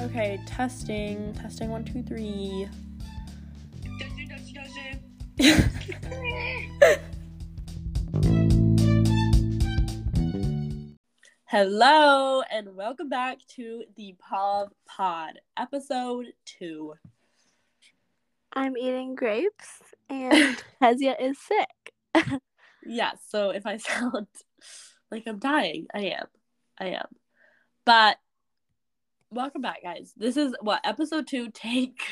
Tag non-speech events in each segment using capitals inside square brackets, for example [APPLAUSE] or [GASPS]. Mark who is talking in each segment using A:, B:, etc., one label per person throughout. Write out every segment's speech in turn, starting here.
A: Okay, testing, testing one, two, three. [LAUGHS]
B: Does it, does it, does it?
A: Hello, and welcome back to the Pov Pod, episode two.
C: I'm eating grapes
A: [LAUGHS]
C: and Hezia is sick.
A: Yes, so if I [LAUGHS] sound like I'm dying, I am. I am. But welcome back, guys. This is what episode two, take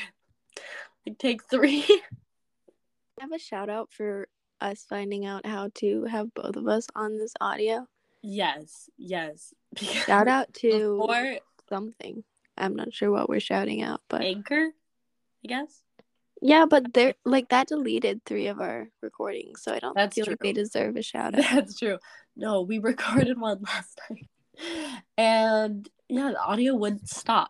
A: [LAUGHS] like take three. [LAUGHS]
C: I have a shout out for us finding out how to have both of us on this audio.
A: yes, yes. [LAUGHS] Because
C: Shout out to
A: before
C: something. I'm not sure what we're shouting out, but
A: anchor, I guess.
C: yeah, but they're like that deleted three of our recordings, so I don't
A: That's
C: feel like they
A: true.
C: deserve a shout out.
A: [LAUGHS] That's true. No, we recorded one [LAUGHS] last night, and yeah, the audio wouldn't stop.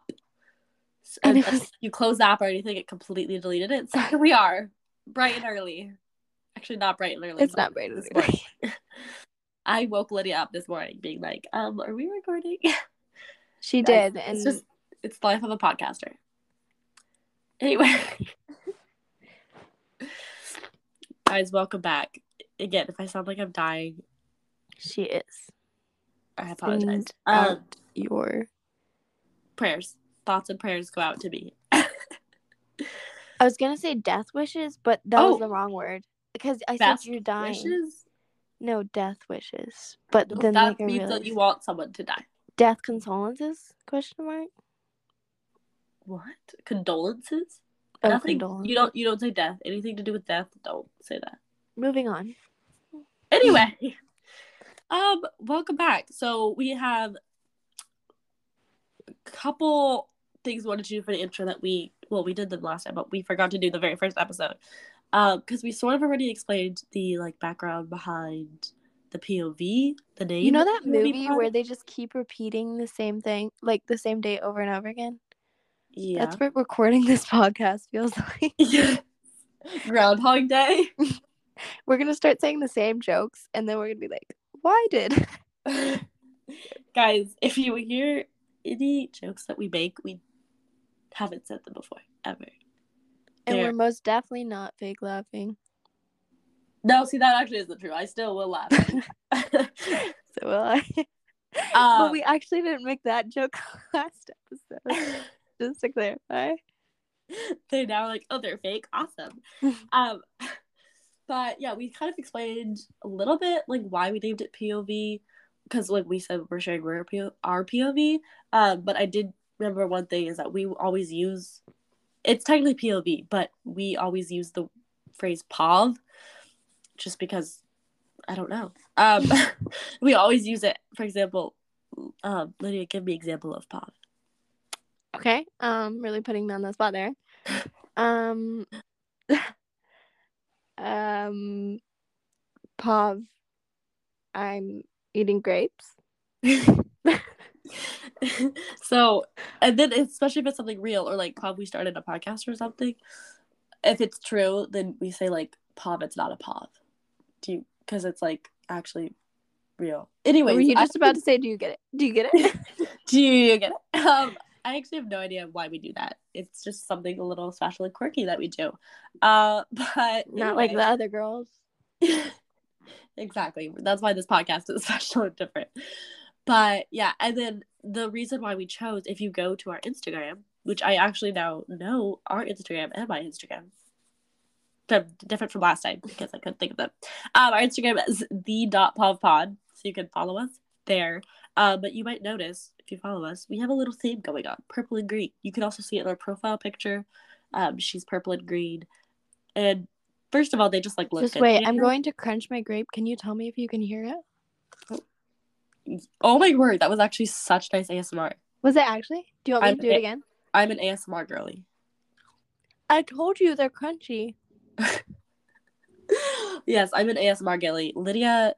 A: S-
C: And it
A: unless
C: was-
A: you close the app or anything, it completely deleted it. [LAUGHS] So here we are, bright and early. Actually, not bright and early.
C: It's not Brady.
A: this morning. [LAUGHS] I woke Lydia up this morning, being like, "Um, are we recording?"
C: She
A: Guys,
C: did, and
A: it's just it's the life of a podcaster. Anyway, [LAUGHS] guys, welcome back. Again, if I sound like I'm dying,
C: she is.
A: I apologize.
C: Send
A: Um,
C: out your.
A: prayers, thoughts, and prayers go out to me.
C: I was gonna say death wishes, but that
A: Oh.
C: was the wrong word because I said
A: Best
C: you're dying.
A: Wishes.
C: No death wishes, but
A: No,
C: then
A: that
C: like I
A: means
C: realized
A: that you want someone to die.
C: death consolences? Question mark.
A: What condolences?
C: Oh,
A: Nothing.
C: condolence.
A: You don't. You don't say death. Anything to do with death? Don't say that.
C: Moving on.
A: Anyway, [LAUGHS] um, welcome back. So we have a couple things we wanted to do for the intro that we well we did them last time, but we forgot to do the very first episode. Um, because we sort of already explained the like background behind the POV, the name.
C: You know
A: of
C: that
A: the POV
C: movie
A: pod?
C: where they just keep repeating the same thing, like the same day over and over again?
A: yeah.
C: That's what recording [LAUGHS] this podcast feels like.
A: [LAUGHS]
C: [LAUGHS]
A: Yes. Groundhog Day. [LAUGHS]
C: We're gonna start saying the same jokes, and then we're gonna be like, "Why did?" [LAUGHS]
A: Guys, if you hear any jokes that we make, we haven't said them before, ever.
C: And
A: There.
C: we're most definitely not fake laughing,
A: No, see, that actually isn't true. I still will laugh. [LAUGHS]
C: so will I. [LAUGHS]
A: Um,
C: but we actually didn't make that joke [LAUGHS] last episode,
A: [LAUGHS]
C: just to clarify.
A: they're now like, oh, they're fake. Awesome. um, but yeah, we kind of explained a little bit like why we named it POV because, like we said, we're sharing our, PO- our POV. Um, but I did remember one thing is that we always use it's technically POV, but we always use the phrase POV just because I don't know. Um, [LAUGHS] we always use it. For example, um, Lydia, give me example of POV.
C: Okay. Um, really putting me on the spot
A: [LAUGHS]
C: there. Um, [LAUGHS] um, Pav, I'm eating grapes.
A: [LAUGHS] so and then especially if it's something real or like pov we started a podcast or something if it's true then we say like pov it's not a pov do you because it's like actually real anyway
C: Were you just about to say, do you get it? Do you get it?
A: [LAUGHS] do you get it um i actually have no idea why we do that it's just something a little special and quirky that we do uh [LAUGHS] but
C: Not like the
A: anyway.
C: other girls.
A: [LAUGHS] exactly. That's why this podcast is [LAUGHS] special and different. But yeah, and then the reason why we chose, if you go to our Instagram, which I actually now know our Instagram and my Instagram, they're different from last time because I couldn't think of them. Um, our Instagram is the dot pov pod, so you can follow us there. Um, but you might notice if you follow us, we have a little theme going on, purple and green. You can also see it in our profile picture. Um, she's purple and green, and first of all, they just like look.
C: Just
A: good
C: wait. I'm
A: together.
C: going to crunch my grape. Can you tell me if you can hear it?
A: Oh my word, that was actually such nice ASMR.
C: Was it actually? Do you want me
A: I'm-
C: to do it again?
A: I'm an ASMR girly.
C: I told you they're crunchy.
A: yes, I'm an ASMR girly. Lydia,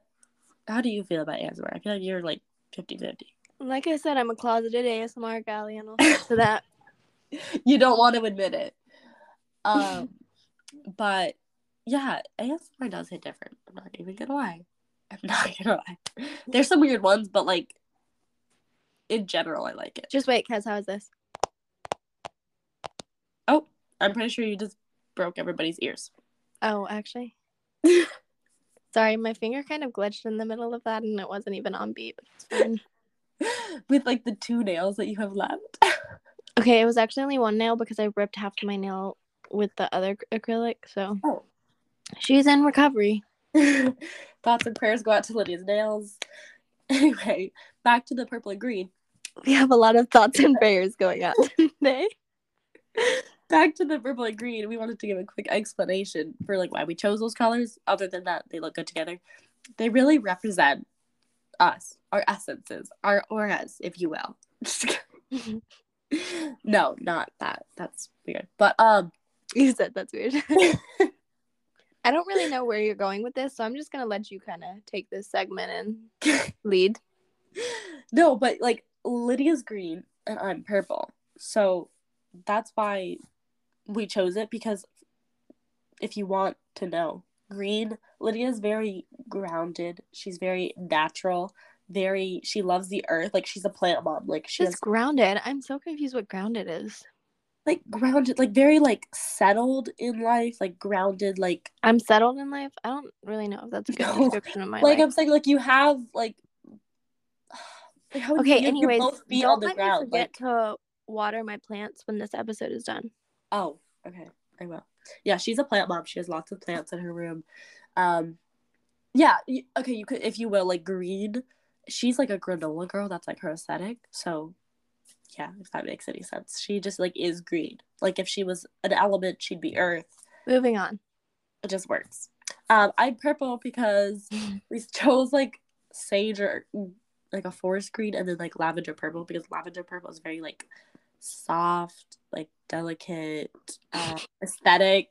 A: how do you feel about ASMR? I feel like you're like 50 50.
C: Like I said, I'm a closeted ASMR galley,
A: [LAUGHS]
C: and I'll stick to that.
A: You don't want to admit it. Um, but yeah, ASMR does hit different. I'm not even gonna lie. I'm not [LAUGHS] gonna lie. There's some weird ones, but like in general, I like it.
C: Just wait, Kaz. How is this?
A: Oh, I'm pretty sure you just broke everybody's ears. [LAUGHS]
C: Oh, actually. Sorry, my finger kind of glitched in the middle of that and it wasn't even on beat. but It's fine.
A: With like the two nails that you have left.
C: okay, it was actually only one nail because I ripped half of my nail with the other ac- acrylic. So
A: Oh.
C: she's in recovery.
A: [LAUGHS] Thoughts and prayers go out to Lydia's nails. [LAUGHS] Anyway, back to the purple and green.
C: We have a lot of thoughts and prayers going on today.
A: Back to the purple and green. We wanted to give a quick explanation for like why we chose those colors. Other than that, they look good together. They really represent us, our essences, our auras, if you will. [LAUGHS] Just kidding. no, not that. That's weird. But um,
C: You said that's weird. [LAUGHS] I don't really know where you're going with this, so I'm just gonna let you kind of take this segment and lead.
A: no, but like Lydia's green and I'm purple. So that's why we chose it because if you want to know, green, Lydia's very grounded. She's very natural, very, she loves the earth. Like she's a plant mom. Like she's
C: She's grounded. I'm so confused what grounded is.
A: like grounded, like very like settled in life, like grounded, like
C: I'm settled in life. I don't really know if that's a good
A: No. [LAUGHS]
C: description of my
A: like
C: life.
A: I'm saying, like you have like. [SIGHS] like, how would
C: okay,
A: you,
C: anyways,
A: you both be
C: don't
A: on the
C: let me
A: ground.
C: forget
A: Like,
C: to water my plants when this episode is done.
A: oh, okay, I will. Yeah, she's a plant mom. She has lots of plants in her room. Um, yeah, y- okay, you could, if you will, like green. She's like a granola girl. That's like her aesthetic. So, yeah, if that makes any sense, she just like is green. Like if she was an element, she'd be earth.
C: Moving on.
A: it just works. Um, I'm purple
C: [LAUGHS]
A: because we chose like sage or like a forest green and then like lavender purple because lavender purple is very like soft, like delicate,
C: [LAUGHS]
A: uh, aesthetic.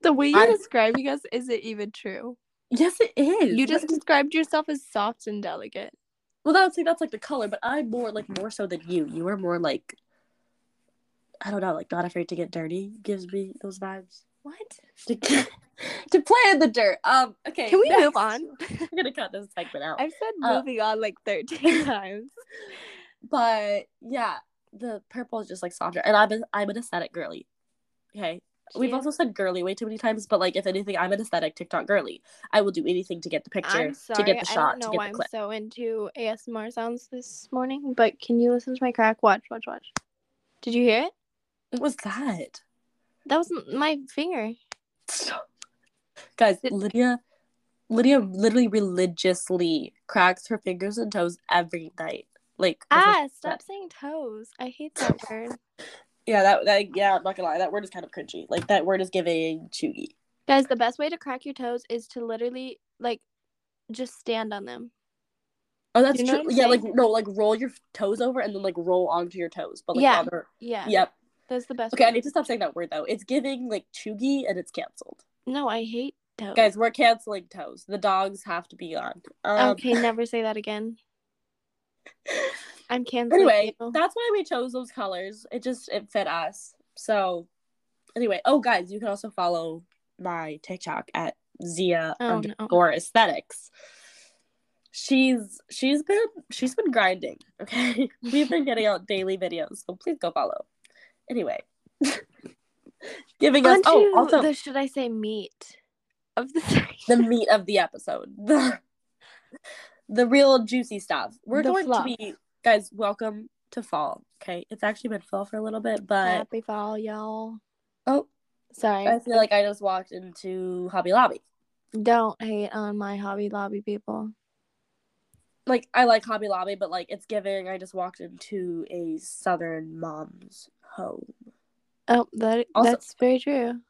C: The way
A: I'm-
C: describing us isn't even true.
A: Yes, it is.
C: You just described yourself as soft and delicate.
A: well, that's see, that's like the color, but I'm more like more so than you. You are more like I don't know, like not afraid to get dirty. Gives me those vibes
C: What?
A: to [LAUGHS] to play in the dirt. Um, okay,
C: Can we
A: next.
C: move on?
A: [LAUGHS] I'm gonna cut this segment out.
C: I've said
A: Uh,
C: moving on like 13 [LAUGHS] times.
A: But yeah, the purple is just like softer, and I'm a, I'm an aesthetic girly. Okay, we've
C: She-
A: also said girly way too many times, but like if anything, I'm an aesthetic TikTok girly. I will do anything to get the picture,
C: I'm sorry.
A: to get the
C: I
A: shot,
C: don't know
A: to get
C: why
A: the clip.
C: I'm so into ASMR sounds this morning, but can you listen to my crack? Watch, watch, watch. Did you hear it?
A: What was that, [LAUGHS]
C: That was m- my finger.
A: guys?
C: Did-
A: Lydia, Lydia literally religiously cracks her fingers and toes every night. Like with her-
C: Ah, stop saying toes. I hate that word.
A: yeah, that, that yeah, I'm not gonna lie, that word is kind of cringy. Like that word is giving chewy.
C: Guys, the best way to crack your toes is to literally like just stand on them.
A: Oh, that's
C: You know
A: true.
C: what I'm
A: Yeah, like
C: saying?
A: no, like roll your toes over and then like roll onto your toes, but like
C: Yeah.
A: on her.
C: Yeah.
A: Yep.
C: That's the best
A: Okay, I
C: way.
A: need to stop saying that word though. It's giving like chuggy and it's canceled.
C: No, I hate toes.
A: Guys, we're canceling toes. The dogs have to be on. Um,
C: okay, never say that again.
A: [LAUGHS]
C: I'm canceling.
A: Anyway,
C: you.
A: that's why we chose those colors. It just it fit us. So, anyway, oh guys, you can also follow my TikTok at Zia
C: Oh, no.
A: underscore aesthetics. She's she's been she's been grinding. Okay, [LAUGHS] we've been getting out daily videos, so please go follow. Anyway, [LAUGHS] giving us
C: On
A: oh
C: to
A: also
C: the should I say meat of the [LAUGHS] segment.
A: the meat of the episode. [LAUGHS] The, the real juicy stuff. We're
C: The
A: going
C: fluff.
A: to be guys, welcome to fall. Okay. It's actually been fall for a little bit, but
C: Happy fall, y'all.
A: oh
C: Sorry.
A: I feel like I just walked into Hobby Lobby.
C: Don't hate on my Hobby Lobby people.
A: Like I like Hobby Lobby, but like it's giving I just walked into a southern mom's home.
C: Oh, that
A: Also-
C: that's very true.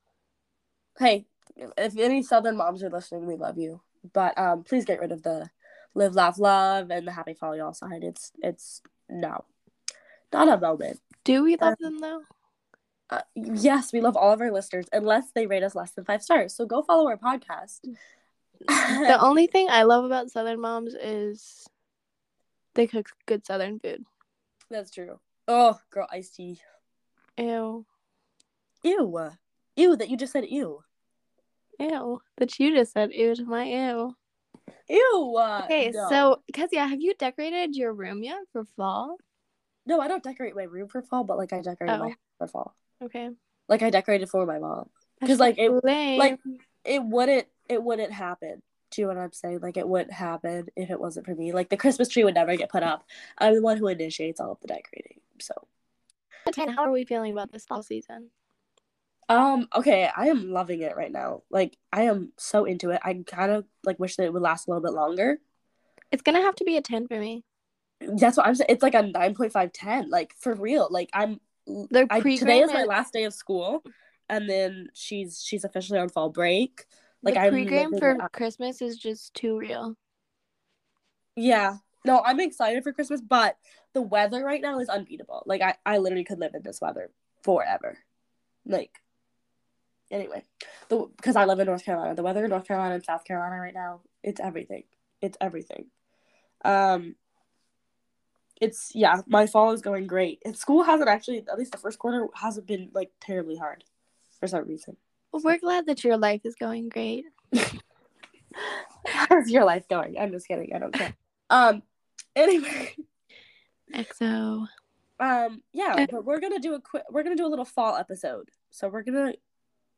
A: Hey, if any southern moms are listening, we love you. But um please get rid of the live, laugh, love and the happy fall y'all sign. It's it's no. Not a moment.
C: Do we love
A: Um, [LAUGHS]
C: them though?
A: Uh, yes, we love all of our listeners, unless they rate us less than five stars. So go follow our podcast.
C: [LAUGHS] The only thing I love about Southern moms is they cook good Southern food.
A: [LAUGHS] That's true. Oh, girl, iced tea.
C: Ew,
A: Ew. Ew, that you just said ew.
C: ew. That you just said ew to my ew.
A: Ew. uh,
C: Okay,
A: no.
C: so Kezia, have you decorated your room yet for fall?
A: No, I don't decorate my room for fall, but like I decorate my
C: Oh.
A: house for fall.
C: Okay.
A: Like I decorated for my mom.
C: That's
A: 'Cause, like, it-
C: lame.
A: like- It wouldn't it wouldn't happen. Do you know what I'm saying? Like it wouldn't happen if it wasn't for me. Like the Christmas tree would never get put up. I'm the one who initiates all of the decorating. So
C: Ten, how are we feeling about this fall season?
A: um okay, I am loving it right now. Like I am so into it. I kind of like wish that it would last a little bit longer.
C: It's gonna have to be a ten for me.
A: That's what I'm saying. It's like a 9.510. Like for real. Like I'm
C: The
A: I,
C: pre
A: today is my last day of school and then she's she's officially on fall break. like,
C: the
A: I'm
C: pre-game
A: living
C: for
A: it up.
C: Christmas is just too real.
A: Yeah. No, I'm excited for Christmas, but the weather right now is unbeatable. Like I, I literally could live in this weather forever. Like anyway, the because I live in North Carolina, the weather in North Carolina and South Carolina right now, it's everything. It's everything. Um it's yeah, my fall is going great. And school hasn't actually at least the first quarter hasn't been like terribly hard for some reason. [LAUGHS]
C: Well, we're glad that your life is going great.
A: How's your life going? I'm just kidding. I don't care. Um anyway,
C: XO.
A: um yeah
C: Okay.
A: but we're gonna do a quick we're gonna do a little fall episode so we're gonna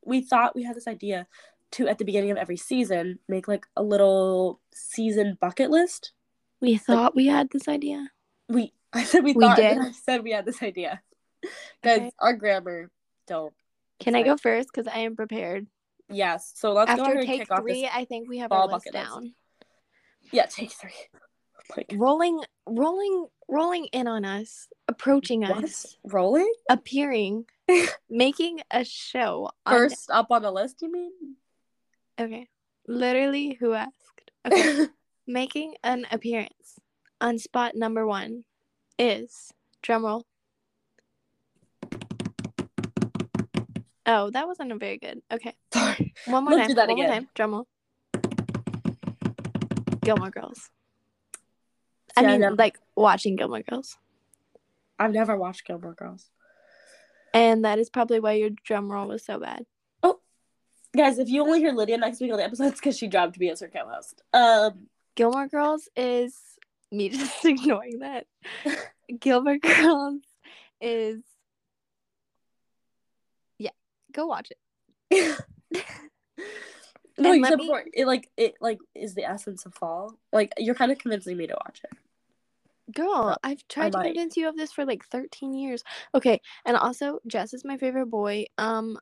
A: we thought we had this idea to at the beginning of every season make like a little season bucket list
C: We thought we had this idea.
A: we [LAUGHS] i said we,
C: We
A: thought and
C: did.
A: i said we had this
C: [LAUGHS]
A: idea because
C: Okay.
A: our grammar don't
C: Can I go first? Because I am prepared.
A: yes so let's go ahead
C: After
A: and
C: take
A: kick off
C: three,
A: this
C: I think we have
A: fall
C: our list
A: bucket list.
C: down.
A: [LAUGHS] yeah take three [LAUGHS] Oh my God.
C: Rolling, rolling, rolling in on us, approaching
A: What?
C: us,
A: rolling [LAUGHS]
C: appearing, making a show. on-
A: first up on the list you mean [LAUGHS]
C: okay. Literally, who asked?
A: [LAUGHS]
C: Okay. making an appearance on spot number one is drumroll. Oh, that wasn't a very good. Okay.
A: sorry
C: One more
A: Let's
C: time.
A: do that
C: one more
A: again.
C: time. Drum roll. Gilmore Girls. I
A: See, I
C: mean,
A: never-
C: like watching Gilmore Girls,
A: i've never watched gilmore girls
C: and that is probably why your drum roll was so bad.
A: Guys, if you only hear Lydia next week on the episodes because she dropped me as her co-host. Um, [LAUGHS]
C: Gilmore Girls is me [LAUGHS] just ignoring [LAUGHS] that. Gilmore Girls is yeah. Go watch it.
A: no,
C: And let
A: except
C: me-
A: for it, like it, like is the essence of fall. Like you're kind of convincing me to watch it.
C: Girl, I've tried to
A: might.
C: convince you of this for like 13 years. Okay, and also Jess is my favorite boy. Um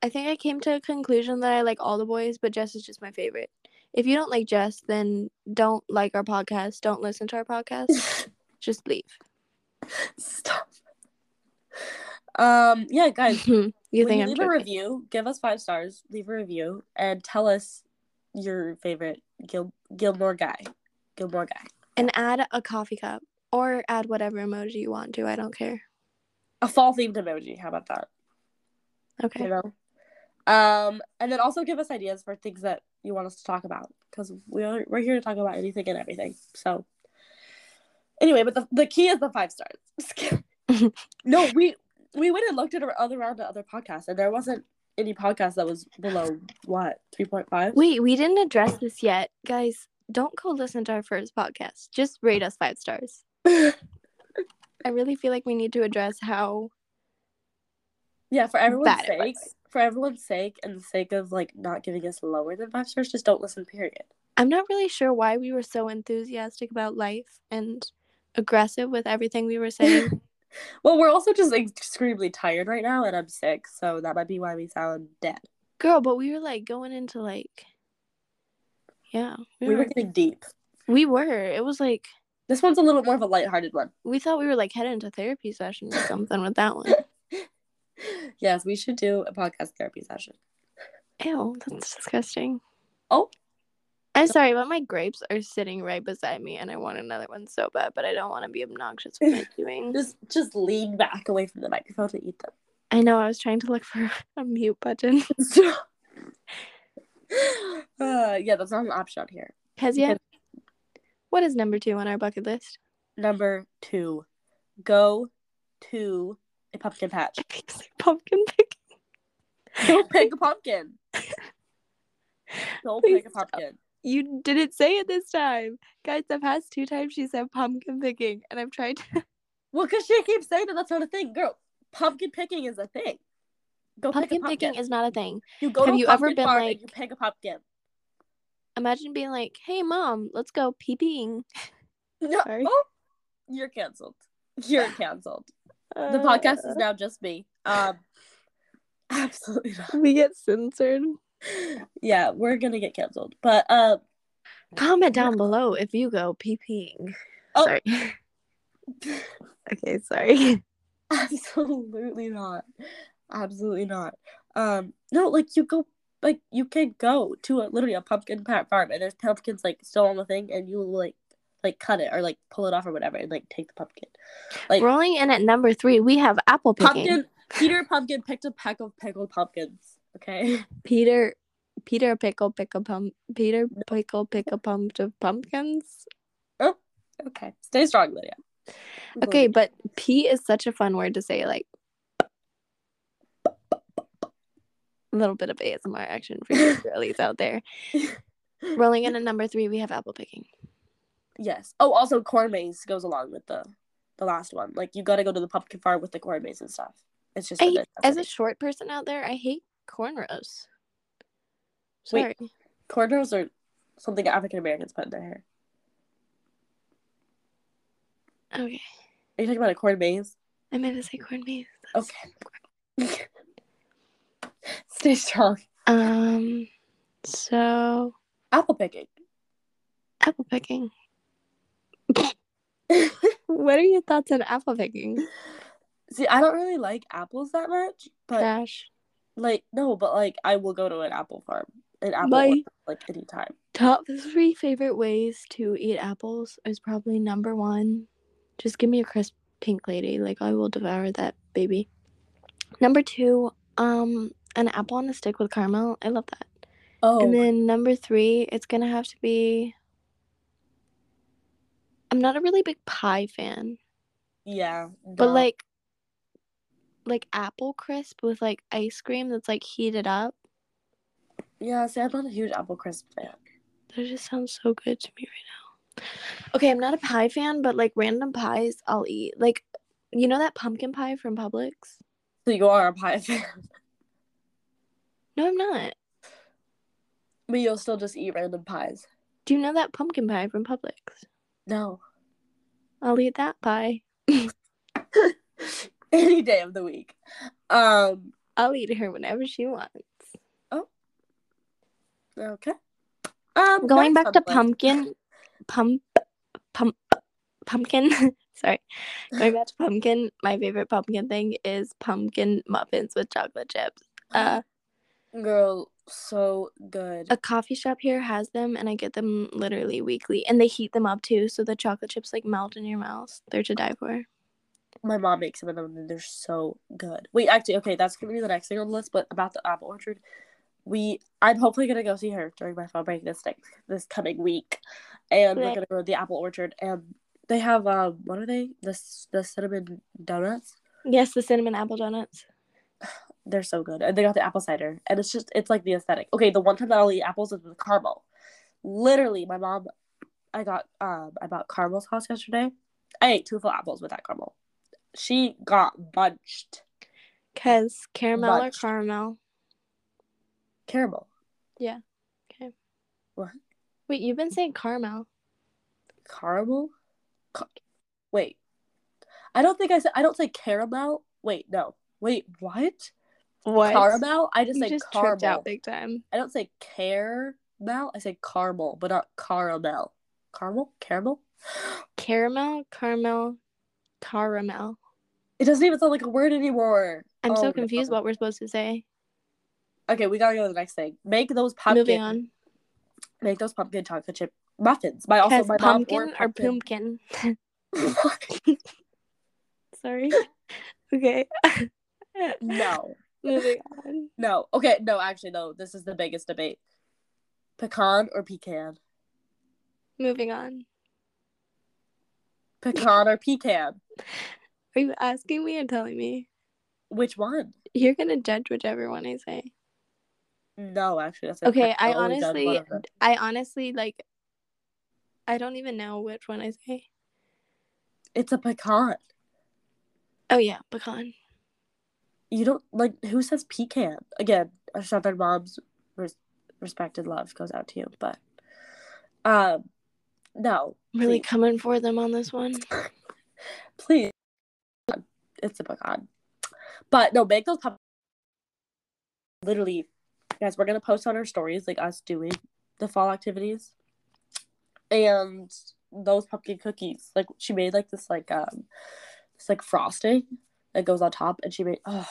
C: I think I came to a conclusion that I like all the boys, but Jess is just my favorite. If you don't like Jess, then don't like our podcast. Don't listen to our podcast. [LAUGHS] just leave.
A: [LAUGHS] Stop. Um, yeah, guys,
C: you
A: when
C: think
A: you
C: I'm
A: leave a
C: joking?
A: review, give us five stars, leave a review, and tell us your favorite Gil- Gilmore guy. Gilmore guy.
C: And add a coffee cup or add whatever emoji you want to. I don't care.
A: A fall themed emoji. How about that?
C: Okay.
A: you know um and then also give us ideas for things that you want us to talk about because we're, we're here to talk about anything and everything so anyway but the, the key is the five stars [LAUGHS] Just kidding. no we we went and looked at our other round of other podcasts and there wasn't any podcast that was below what 3.5
C: Wait, we didn't address this yet. Guys, don't go listen to our first podcast. Just rate us five stars. I really feel like we need to address how
A: [LAUGHS] yeah for everyone's
C: Bad
A: sake
C: advice.
A: for everyone's sake and the sake of like not giving us lower than five stars just don't listen period
C: I'm not really sure why we were so enthusiastic about life and aggressive with everything we were saying.
A: well we're also just extremely tired right now and i'm sick so that might be why we sound dead
C: Girl, but we were like going into like Yeah. We,
A: We
C: were,
A: were getting deep.
C: we were. It was like
A: This one's a little more of a lighthearted one.
C: we thought we were like heading to therapy session or something with that one.
A: Yes, we should do a podcast therapy session.
C: Ew, that's disgusting.
A: Oh.
C: I'm sorry, but my grapes are sitting right beside me and I want another one so bad, but I don't want to be obnoxious with [LAUGHS] my chewing.
A: Just just lean back away from the microphone to [LAUGHS] eat
C: I know I was trying to look for [LAUGHS] a mute button. [LAUGHS]
A: them. uh, yeah, that's not an option out here.
C: Kezia, what is number two on our bucket list? [LAUGHS]
A: Number two, go to a pumpkin patch.
C: Pumpkin picking. [LAUGHS]
A: Go pick a pumpkin. Go pick
C: Please
A: a
C: stop.
A: pumpkin.
C: You didn't say it this time. Guys, the past two times she said pumpkin picking, and I've tried to.
A: Well, because she keeps saying that that's not a thing. Girl, pumpkin picking is a thing. Go pick
C: Pumpkin
A: a pumpkin.
C: picking is not a thing.
A: you go
C: have
A: to
C: you
A: a
C: ever
A: pumpkin
C: been,
A: farm and
C: like-
A: you pick a pumpkin.
C: Imagine being like, "Hey, mom, let's go peeing."
A: No,
C: Sorry.
A: oh, you're canceled. You're canceled.
C: Uh,
A: The podcast is now just me. Um, absolutely not.
C: We get censored.
A: Yeah, we're gonna get canceled. But um,
C: Comment down below if you go peeing.
A: Oh.
C: Sorry. [LAUGHS] okay, [LAUGHS] sorry.
A: [LAUGHS] absolutely not. Absolutely not. Um, no, like you go, like you can go to a, literally a pumpkin pa- farm, and there's pumpkins like still on the thing, and you like like cut it or like pull it off or whatever, and like take the pumpkin. Like
C: Rolling in at number three, we have apple picking.
A: pumpkin, Peter Pumpkin picked a peck of pickled pumpkins. Okay,
C: Peter, Peter pickle pickle pump. Peter pickle pickle pump of pumpkins.
A: okay, stay strong, Lydia.
C: Okay, but pee is such a fun word to say. Like a little bit of ASMR action for you [LAUGHS] girlies out there. Rolling in at number three, we have apple picking.
A: Yes. Oh, also corn maze goes along with the the last one. Like you got to go to the pumpkin farm with the corn maze and stuff. It's just a
C: I- As a
A: necessity.
C: short person out there, I hate cornrows. Sorry.
A: Wait. cornrows are something African Americans put in their hair.
C: Okay,
A: Are you talking about a corn maze?
C: I meant to say corn maze. That's-
A: Okay. [LAUGHS] Stay strong.
C: Um. So
A: Apple picking.
C: apple picking. [LAUGHS] what are your thoughts on apple picking?
A: See, I don't really like apples that much, but
C: Crash.
A: like no, but like I will go to an apple farm, an apple
C: My-
A: orchard, like anytime.
C: Top three favorite ways to eat apples is probably number one. Just give me a crisp pink lady. Like I will devour that baby. Number two, um, an apple on a stick with caramel. I love that.
A: Oh,
C: And then number three, it's gonna have to be I'm not a really big pie fan.
A: yeah,
C: But
A: no.
C: like like apple crisp with like ice cream that's like heated up.
A: yeah. See, I'm not a huge apple crisp fan.
C: That just sounds so good to me right now. Okay, I'm not a pie fan, but like random pies I'll eat. Like you know that pumpkin pie from Publix?
A: So you are a pie fan. [LAUGHS]
C: No, I'm not.
A: But you'll still just eat random pies.
C: Do you know that pumpkin pie from Publix?
A: No. [LAUGHS]
C: I'll eat that pie.
A: Any day of the week. Um,
C: I'll eat her whenever she wants.
A: okay. Um,
C: Going
A: that's
C: back to
A: something.
C: pumpkin pump pump pumpkin [LAUGHS] sorry. Going back to pumpkin, my favorite pumpkin thing is pumpkin muffins with
A: [GASPS]
C: chocolate chips. Uh
A: Girl, so good.
C: a coffee shop here has them and I get them literally weekly and they heat them up too so the chocolate chips like melt in your mouth. They're to die for.
A: My mom makes them and they're so good. Wait, actually, okay, that's gonna be the next thing on the list, but about the apple orchard. We I'm hopefully gonna go see her during my fall break this next this coming week. And we're
C: Right.
A: gonna go to the apple orchard and they have um what are they? The c- the cinnamon donuts.
C: Yes, the cinnamon apple donuts.
A: They're so good. And they got the apple cider. And it's just it's like the aesthetic. Okay, the one time that I'll eat apples is with caramel. Literally, my mom I got um I bought caramel sauce yesterday. I ate two full apples with that caramel. She got bunched.
C: Cause caramel
A: Much.
C: or caramel.
A: Caramel.
C: Wait, you've been saying caramel.
A: Caramel? Ca- Wait. I don't think I said I don't say caramel. Wait, no. Wait, what?
C: What?
A: Caramel? I just
C: You
A: say
C: just tripped
A: caramel.
C: out big time.
A: I don't say caramel. I say caramel, but not caramel. Caramel? Caramel?
C: Caramel, caramel, caramel.
A: It doesn't even sound like a word anymore.
C: I'm
A: Oh, no.
C: so confused what we're supposed to say.
A: Okay, we gotta go to the next thing. Make those pumpkin.
C: Moving on.
A: Make those pumpkin chocolate chip muffins. My also
C: 'Cause
A: my
C: pumpkin
A: mom
C: or
A: or pumpkin.
C: pumpkin. Sorry. [LAUGHS] okay.
A: [LAUGHS]
C: [LAUGHS]
A: no,
C: Moving on.
A: no. Okay, no. Actually, no. This is the biggest debate: pecan or pecan.
C: Moving on.
A: Pecan or pecan.
C: Are you asking me or telling me?
A: Which one?
C: You're gonna judge whichever one I say.
A: No, actually, that's
C: Okay, I
A: only done one
C: honestly-
A: of them.
C: I honestly like. I don't even know which one I say.
A: it's a pecan.
C: Oh yeah, pecan.
A: you don't like who says pecan again a southern mom's res- respected love goes out to you but um no
C: Really coming for them on this one.
A: please it's a book on but no make those come literally guys we're gonna post on our stories like us doing the fall activities and those pumpkin cookies like she made like this like um this like frosting that goes on top and she made oh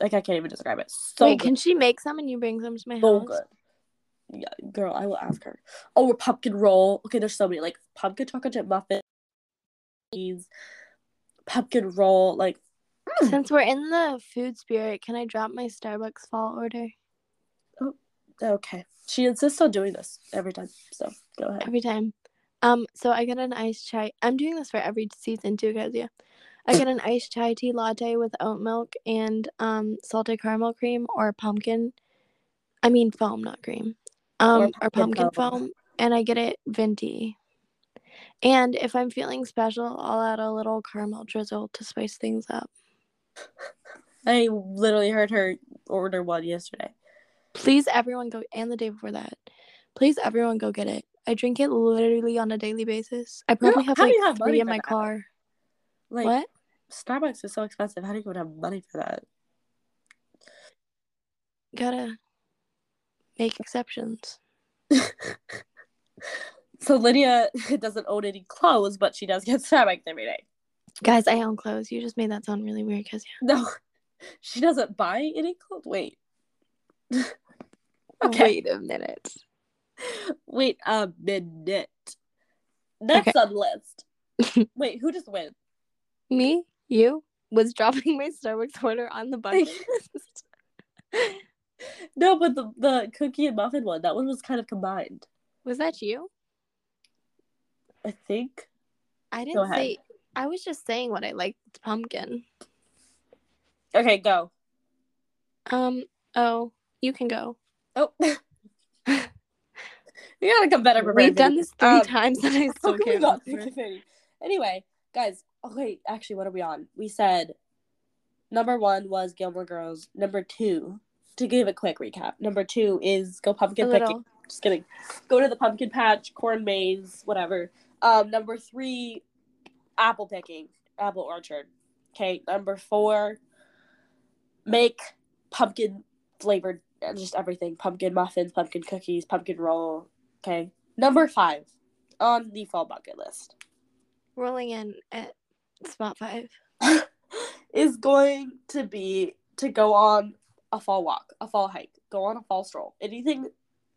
A: like i can't even describe it so
C: Wait,
A: good
C: can she make some and you bring some to my
A: so
C: house?
A: good. Yeah, girl, I will ask her. Oh, a pumpkin roll. Okay, there's so many like pumpkin chocolate chip muffins, cookies, pumpkin roll. Like,
C: Since we're in the food spirit, can I drop my Starbucks fall order
A: okay, she insists on doing this every time. So go ahead.
C: every time? Um, so I got an iced chai. I'm doing this for every season too, guys. Yeah, I got an iced chai tea latte with oat milk and um salted caramel cream or pumpkin. I mean foam, not cream. Um, or pumpkin,
A: pumpkin
C: foam.
A: foam.
C: and I get it venti. And if I'm feeling special, I'll add a little caramel drizzle to spice things up.
A: I literally heard her order one yesterday.
C: Please, everyone go, and the day before that. Please, everyone go get it. I drink it literally on a daily basis. I probably have
A: how do
C: like
A: you have money
C: three in
A: for
C: my
A: that?
C: car.
A: Like,
C: what?
A: Starbucks is so expensive. How do you even have money for that?
C: Gotta make exceptions.
A: So Lydia [LAUGHS] doesn't own any clothes, but she does get Starbucks every day.
C: Guys, I own clothes. You just made that sound really weird because
A: No, [LAUGHS] she doesn't buy any clothes. Wait. [LAUGHS]
C: yeah.
A: Okay.
C: Wait a minute.
A: Wait a minute. Next on the list.
C: [LAUGHS]
A: Wait, who just went?
C: Me, you, was dropping my Starbucks order on
A: [LAUGHS]
C: the bucket list.
A: No, but the, the cookie and muffin one, that one was kind of combined.
C: was that you?
A: I think.
C: I
A: Go
C: didn't
A: ahead.
C: say. I was just saying what I liked. Pumpkin.
A: Okay, go.
C: Um. Oh, you can go.
A: Oh. [LAUGHS] you gotta come better prepared.
C: We've done
A: for
C: this three
A: Um,
C: times, and
A: [LAUGHS]
C: I
A: How
C: still
A: come we
C: can't.
A: got
C: remember.
A: 50? Anyway, guys, oh wait, actually, what are we on? We said number one was Gilmore Girls. Number two, to give a quick recap, number two is Go
C: A
A: Pumpkin Picking.
C: little.
A: Just kidding. Go to the pumpkin patch, corn maze, whatever. Um, number three, apple picking, apple orchard. Okay, number four, make pumpkin flavored and just everything pumpkin muffins, pumpkin cookies, pumpkin roll. Okay, number five on the fall bucket list [GASPS]
C: rolling in at spot five.
A: is going to be to go on a fall walk, a fall hike, go on a fall stroll, anything.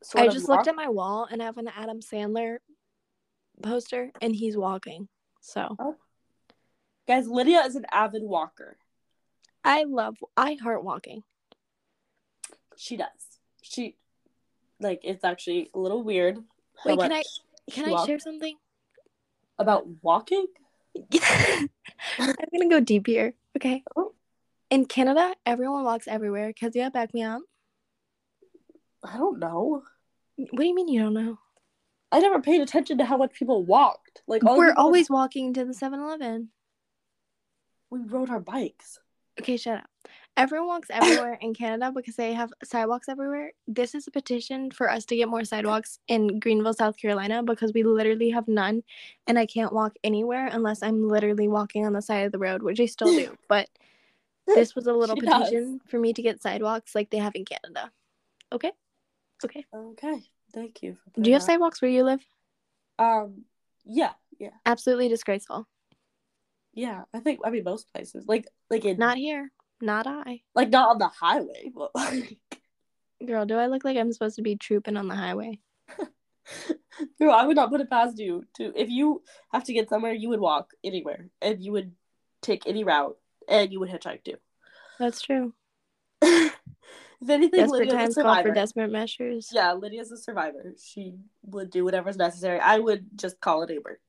A: Sort
C: I
A: of
C: just
A: walk-
C: looked at my wall and I have an Adam Sandler poster and he's walking. So
A: guys. Lydia is an avid walker.
C: I love, I heart walking.
A: She does. She like it's actually a little weird. how
C: Wait, can
A: much
C: Can
A: she
C: I
A: walks.
C: share something?
A: about walking?
C: [LAUGHS] I'm going to go deep here. Okay.
A: Oh.
C: In Canada, everyone walks everywhere. Kezia, back me up.
A: I don't know.
C: What do you mean you don't know?
A: I never paid attention to how much people walked. Like all
C: We're
A: we did was
C: always walking to the 7 Eleven.
A: we rode our bikes.
C: Okay, shut up. Everyone walks everywhere in Canada because they have sidewalks everywhere. This is a petition for us to get more sidewalks in Greenville, South Carolina because we literally have none and I can't walk anywhere unless I'm literally walking on the side of the road, which I still do.
A: [LAUGHS]
C: But this was a little
A: She does.
C: petition for me to get sidewalks like they have in Canada. Okay? Okay.
A: Okay, thank you. For
C: Do you
A: bringing
C: have sidewalks where you live?
A: that- Um, yeah, yeah,
C: Absolutely disgraceful.
A: yeah. I think I mean most places, like like in
C: Not here. Not I.
A: like not on the highway, [LAUGHS] but like,
C: Girl, do I look like I'm supposed to be trooping on the highway?
A: no, I would not put it past you to if you have to get somewhere, you would walk anywhere, and you would take any route, and you would hitchhike too.
C: That's true.
A: if anything,
C: Desperate
A: Lydia's a
C: times call for
A: survivor.
C: desperate measures.
A: Yeah, Lydia's a survivor. She would do whatever's necessary. I would just call a neighbor.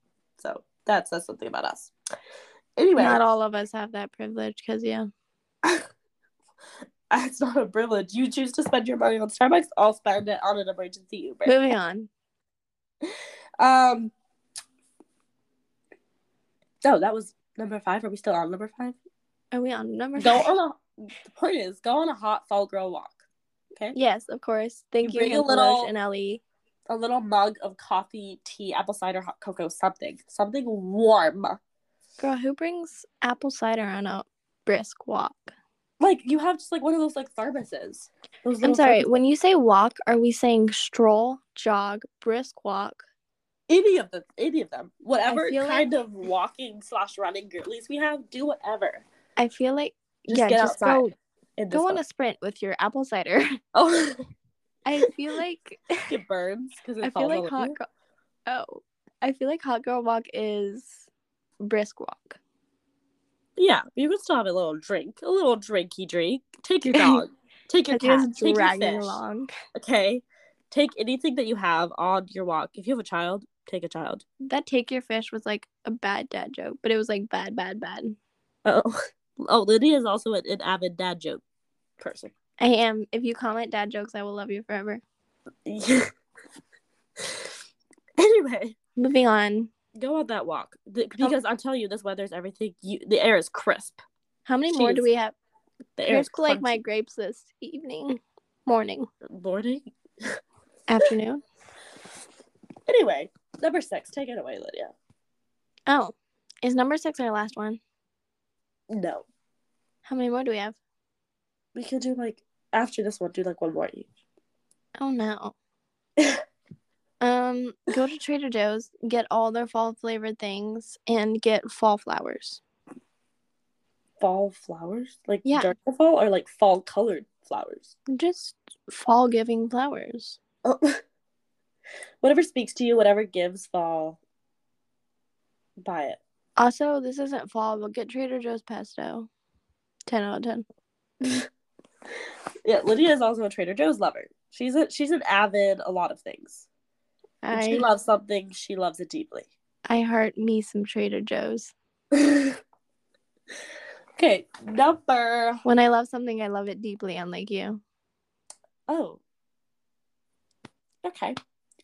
A: So that says something about us. Anyway,
C: Not all of us have that privilege, because yeah,
A: [LAUGHS] it's not a privilege. You choose to spend your money on Starbucks, I'll spend it on an emergency Uber.
C: moving on.
A: Um No, that was number five. Are we still on number five?
C: Are we on number?
A: Go
C: five?
A: on a the point is, go on a hot fall girl walk. Okay.
C: [LAUGHS] Yes, of course. Thank you,
A: bring a
C: Hemp Lush
A: little-
C: and Ellie.
A: A little mug of coffee, tea, apple cider, hot cocoa, something, something warm.
C: Girl, who brings apple cider on a brisk walk?
A: Like you have just like one of those like thermoses. Those
C: I'm
A: little
C: sorry.
A: thermos-
C: When you say walk, are we saying stroll, jog, brisk walk?
A: any of them, any of them, whatever
C: feel
A: kind of walking slash running girlies we have, do whatever.
C: I feel like
A: Just
C: yeah,
A: get
C: just go
A: outside in this
C: go on a
A: weather.
C: sprint with your apple cider. [LAUGHS]
A: oh,
C: I
A: [LAUGHS]
C: feel like
A: it burns because it
C: I
A: falls
C: feel like
A: on
C: hot girl. Oh, I feel like hot girl walk is brisk walk.
A: Yeah, you can still have a little drink, a little drinky drink. Take
C: [LAUGHS]
A: your dog, take your
C: As you're
A: cat,
C: just
A: take your
C: dragging
A: fish.
C: along.
A: Okay, take anything that you have on your walk. If you have a child, take a child.
C: That take your fish was like a bad dad joke, but it was like bad, bad, bad.
A: Oh, [LAUGHS] oh, Lydia is also an, an avid dad joke person.
C: I am. If you comment dad jokes, I will love you forever.
A: [LAUGHS] anyway,
C: Moving on.
A: go on that walk Th- because I'm telling you, this weather's everything. You, the air is crisp.
C: How many more do
A: Jeez.
C: we have?
A: The air is
C: Crisp like my
A: crunchy.
C: grapes this evening, morning,
A: morning.
C: afternoon.
A: Anyway, number six, take it away, Lydia.
C: Oh, is number six our last one?
A: No,
C: How many more do we have?
A: we can do like after this one, do like one more each.
C: Oh
A: [LAUGHS]
C: no. um, go to Trader Joe's, get all their fall flavored things, and get fall flowers.
A: fall flowers? Like
C: Yeah.
A: during the fall or like fall colored flowers?
C: Just fall giving flowers.
A: Oh. [LAUGHS] whatever speaks to you, whatever gives fall, buy it.
C: Also, this isn't fall, but get Trader Joe's pesto. Ten out of ten.
A: Yeah, Lydia is also a Trader Joe's lover. She's a she's an avid a lot of things. When she
C: I
A: loves something, she loves it deeply. [LAUGHS]
C: I heart me some Trader Joe's.
A: okay, number
C: When I love something, I love it deeply, unlike you.
A: oh. Okay.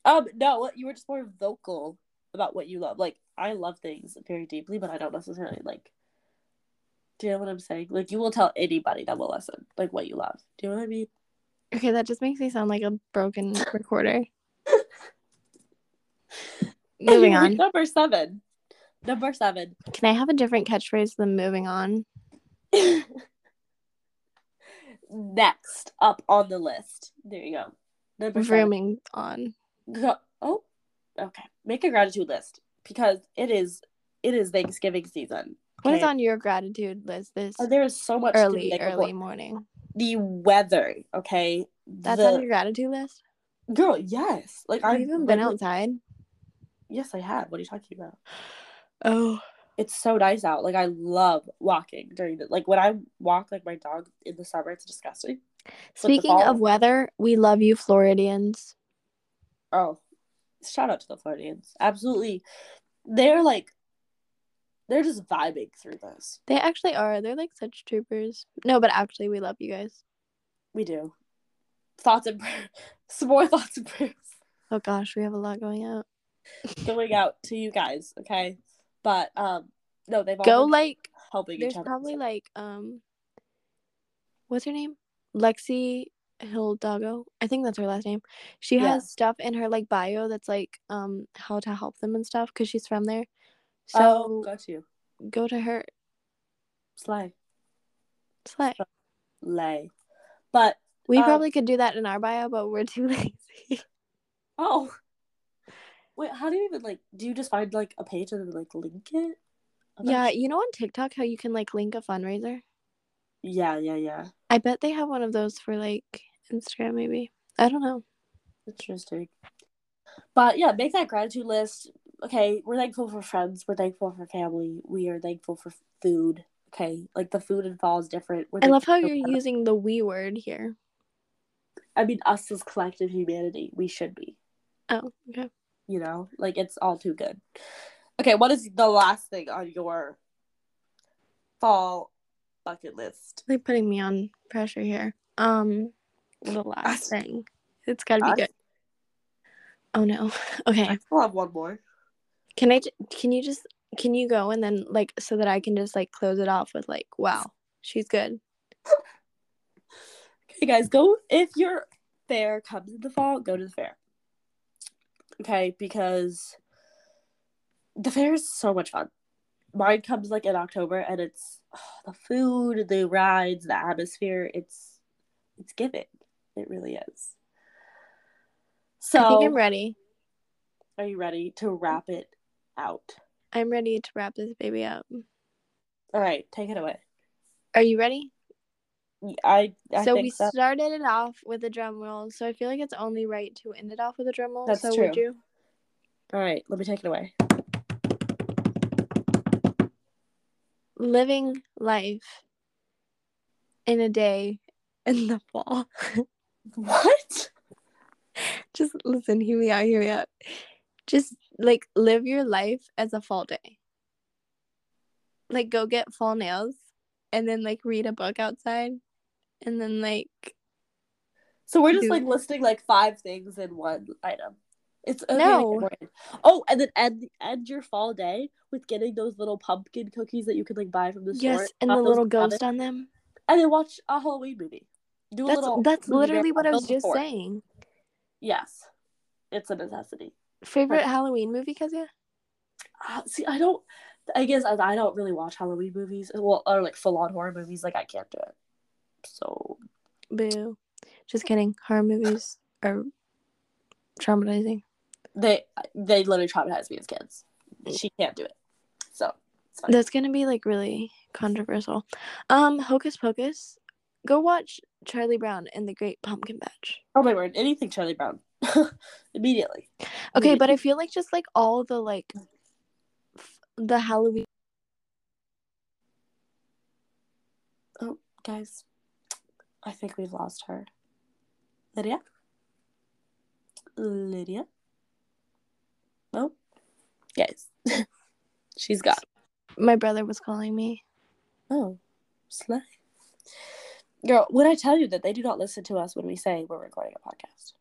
A: Um, no, you were just more vocal about what you love. Like, I love things very deeply, but I don't necessarily like. Do you know what I'm saying? Like, you will tell anybody that will listen, like what you love. Do you know what I mean?
C: Okay, that just makes me sound like a
A: [LAUGHS]
C: broken recorder. [LAUGHS] Moving
A: Anyway,
C: on.
A: Number seven. Number seven.
C: [LAUGHS]
A: [LAUGHS]
C: Can I have a different catchphrase than moving on?
A: Next up on the list. There you go. Number seven.
C: Vrooming on.
A: Go- oh, okay. Make a gratitude list because it is it is Thanksgiving season.
C: What is
A: okay?
C: on your gratitude list this
A: And there is so much to be
C: early,
A: thankful for.
C: early morning?
A: the weather. Okay,
C: That's
A: The-
C: on your gratitude list?
A: girl. Yes, like
C: Have
A: I've
C: you even been
A: literally-
C: outside?
A: Yes, I have. What are you talking about?
C: Oh.
A: It's so nice out. Like I love walking during the like when I walk like my dog in the summer. It's disgusting.
C: Speaking
A: fall-
C: of weather, we love you, Floridians.
A: Oh, shout out to the Floridians. Absolutely, they're like they're just vibing through this.
C: They actually are. They're like such troopers. No, but actually, we love you guys.
A: We do thoughts and prayers. [LAUGHS] Some more thoughts and prayers. [LAUGHS]
C: Oh gosh, we have a lot going out.
A: going out to you guys, okay? But um no, they've all
C: Go
A: been
C: like
A: helping
C: there's
A: each other.
C: probably like um, what's her name? Lexi Hildago. I think that's her last name. She
A: Yeah.
C: has stuff in her like bio that's like um how to help them and stuff because she's from there. So
A: oh, got you.
C: go to her
A: Slay.
C: Slack.
A: Lay. But
C: We
A: Um,
C: probably could do that in our bio, but we're too [LAUGHS]
A: [LAUGHS]
C: lazy.
A: oh wait, how do you even like do you just find like a page and then like link it? I'm not
C: yeah,
A: sure.
C: you know on TikTok how you can like link a fundraiser?
A: Yeah, yeah, yeah.
C: I bet they have one of those for like Instagram maybe. I don't know.
A: Interesting. But yeah, make that gratitude list. Okay, we're thankful for friends, we're thankful for family, we are thankful for food. Okay, like the food and fall is different. We're
C: I love
A: thankful
C: how
A: for
C: you're
A: weather.
C: using the we word here.
A: I mean, us as collective humanity, we should be.
C: Oh, okay.
A: you know like it's all too good okay what is the last thing on your fall bucket list
C: They're putting me on pressure here. Um the last
A: Us.
C: thing. It's gotta be
A: Us?
C: good. Oh no. [LAUGHS] Okay.
A: i still have one more
C: Can I j- can you just can you go and then like so that I can just like close it off with like wow, she's good.
A: Hey guys, go if your fair comes in the fall, go to the fair. Okay, because the fair is so much fun. Mine comes like in October, and it's [SIGHS] oh, the food, the rides, the atmosphere. It's it's given. It really is.
C: I think I'm
A: So,
C: ready.
A: are you ready to wrap it out?
C: I'm ready to wrap this baby up.
A: All right, take it away.
C: Are you ready?
A: I, I
C: so
A: think
C: we
A: that-
C: started it off with a drum roll, so I feel like it's only right to end it off with a drum roll.
A: That's
C: so
A: true.
C: would you?
A: All right, let me take it away. [LAUGHS]
C: Living life in a day in the fall. [LAUGHS]
A: What?
C: Just listen, hear me out, hear me out. Just like live your life as a fall day. Like go get fall nails and then like read a book outside and then like
A: So we're just
C: Dude.
A: like listing like five things in one item. It's okay.
C: No.
A: like, we're- Oh, and then end end your fall day with getting those little pumpkin cookies that you could like buy from the store.
C: yes, and
A: Pop
C: the
A: those
C: little
A: in the oven,
C: ghost on them.
A: And then watch a Halloween movie. Do a
C: That's
A: little.
C: that's
A: movie
C: literally
A: marathon,
C: what I
A: build
C: was
A: a
C: just
A: fort.
C: saying.
A: Yes, it's a necessity.
C: Favorite
A: Perfect.
C: Halloween movie, Kezia?
A: Uh, see, I don't. I guess I, I don't really watch Halloween movies. Well, or like full on horror movies. Like I can't do it. So
C: Boo. Just kidding. Horror movies are traumatizing.
A: they they literally traumatized me as kids.
C: Mm.
A: She can't do it. So it's fine.
C: That's gonna be like really controversial. Um, Hocus Pocus. Go watch Charlie Brown and the Great Pumpkin Patch.
A: Oh my word! Anything Charlie Brown, [LAUGHS] immediately.
C: Okay, but I feel like just like all the like f- the Halloween.
A: Oh, guys, I think we've lost her. Lydia. Lydia. No. Guys, [LAUGHS] she's gone.
C: My brother was calling me.
A: Oh, slay. Girl, would I tell you that they do not listen to us when we say we're recording a podcast?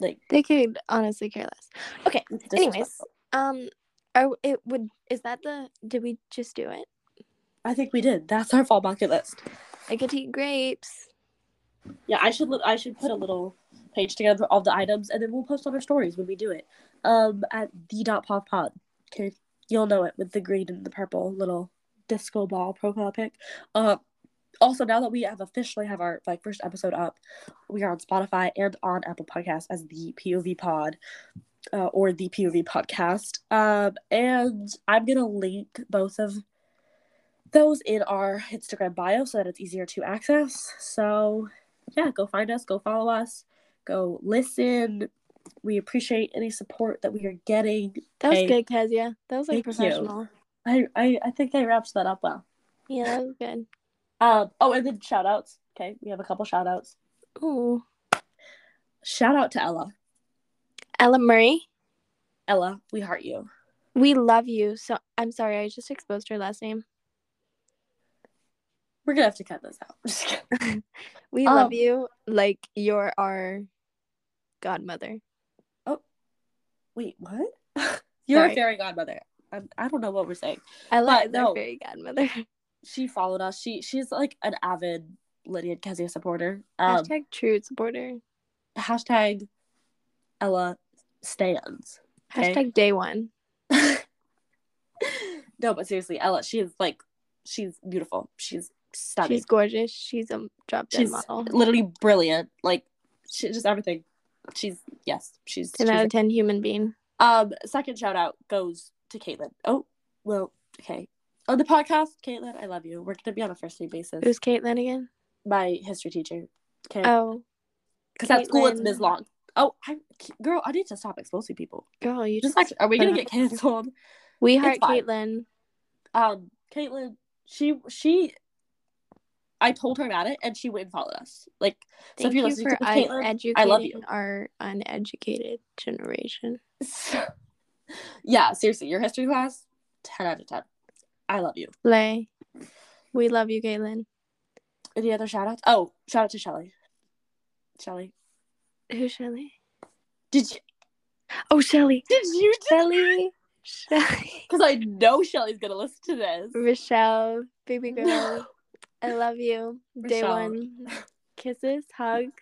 A: Like,
C: They could honestly care less. Okay.
A: it's
C: Anyways,
A: disrespectful.
C: um, are it would is that the did we just do it?
A: I think we did. That's our fall bucket list.
C: I could eat grapes.
A: Yeah, I should look, I should put a little page together of the items, and then we'll post on our stories when we do it. Um, at the dot pop pod. Okay, you'll know it with the green and the purple little disco ball profile pic. Uh, also now that we have officially have our like first episode up, we are on Spotify and on Apple Podcasts as the POV Pod. Uh, or the POV podcast. Um, and I'm going to link both of those in our Instagram bio so that it's easier to access. So yeah, go find us, go follow us, go listen. We appreciate any support that we are getting.
C: That was
A: Hey.
C: good, Kezia. That was like
A: Thank you.
C: professional.
A: I I, I think I wrapped that up well.
C: Yeah, that was good.
A: Um, oh, and then shout outs. Okay, we have a couple shout outs.
C: Ooh.
A: Shout out to Ella.
C: Ella Murray,
A: Ella, we heart you.
C: we love you. So I'm sorry, I just exposed her last name.
A: We're gonna have to cut this out. [LAUGHS] Just kidding.
C: We
A: Um,
C: love you like you're our godmother.
A: Wait, what? [LAUGHS] You're
C: Sorry.
A: a fairy godmother. I'm, I don't know what we're saying.
C: Ella
A: But
C: is our
A: no.
C: fairy godmother. [LAUGHS]
A: She followed us. She she's like an avid Lydia and Kezia supporter. Um,
C: Hashtag true supporter.
A: hashtag Ella stands. Okay.
C: Hashtag day one.
A: [LAUGHS] no, but seriously, Ella, she is like, she's beautiful. She's stunning.
C: She's gorgeous. She's a drop dead
A: She's,
C: model.
A: literally brilliant. Like, she just everything. She's yes, she's.
C: Ten
A: she's-
C: out of ten human being.
A: um, second shout out goes to Caitlin. Oh, well, okay. On the podcast, Caitlin, I love you. We're gonna be on a first name basis.
C: Who's Caitlin again?
A: My history teacher. Okay,
C: Oh,
A: because at school it's
C: Caitlin.
A: Ms. Long. Oh, I, girl, I need to stop exposing people.
C: girl, you
A: Just
C: just
A: like, are we gonna
C: But-
A: get canceled?
C: we
A: it's
C: heart
A: fine.
C: Caitlin.
A: um Caitlin, she she I told her about it and she went and followed us. Like So if
C: Thank
A: you're
C: you
A: listening
C: for
A: to this, Caitlin, [LAUGHS]
C: educating
A: I love you.
C: our uneducated generation.
A: yeah, seriously, your history class, ten out of ten. I love you.
C: Lay, we love you, Caitlin.
A: Any other shout outs? Oh, shout out to Shelly. Shelly.
C: Who's Shelly?
A: Did you
C: Oh, [LAUGHS] Shelly.
A: did you [LAUGHS]
C: Shelly. Shelly.
A: because I know Shelly's gonna listen to this.
C: Rochelle, baby girl, I love you. Day
A: Rochelle.
C: one. Kisses, hugs.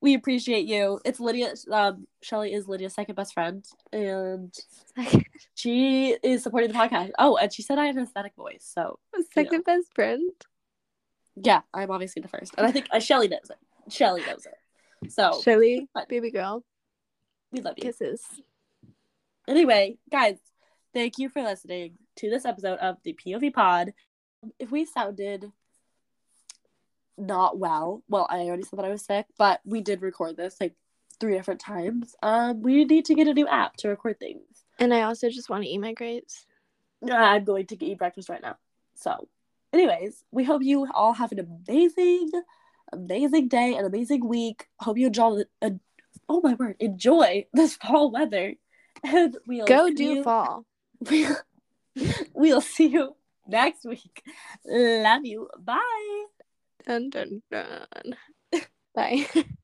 A: We appreciate you. It's Lydia. Um, Shelly is Lydia's second best friend, and she is supporting the podcast. Oh, and she said I have an aesthetic voice, so
C: Second best friend.
A: yeah, I'm obviously the first. And I think uh, Shelly knows it. Shelly knows it. So
C: Shelly,
A: fine.
C: baby girl.
A: we love you.
C: Kisses.
A: Anyway, guys, thank you for listening to this episode of the POV Pod. If we sounded not well, well, I already said that I was sick, but we did record this like three different times. Um, we need to get a new app to record things.
C: And I also just want to eat my grapes.
A: I'm going to eat breakfast right now. So, anyways, we hope you all have an amazing, amazing day, an amazing week. Hope you enjoy. Uh, oh my word, enjoy this fall weather. And we'll
C: Go
A: see
C: do
A: you-
C: fall.
A: We'll, [LAUGHS] we'll see you next week. Love you. Bye.
C: Dun dun dun. Bye.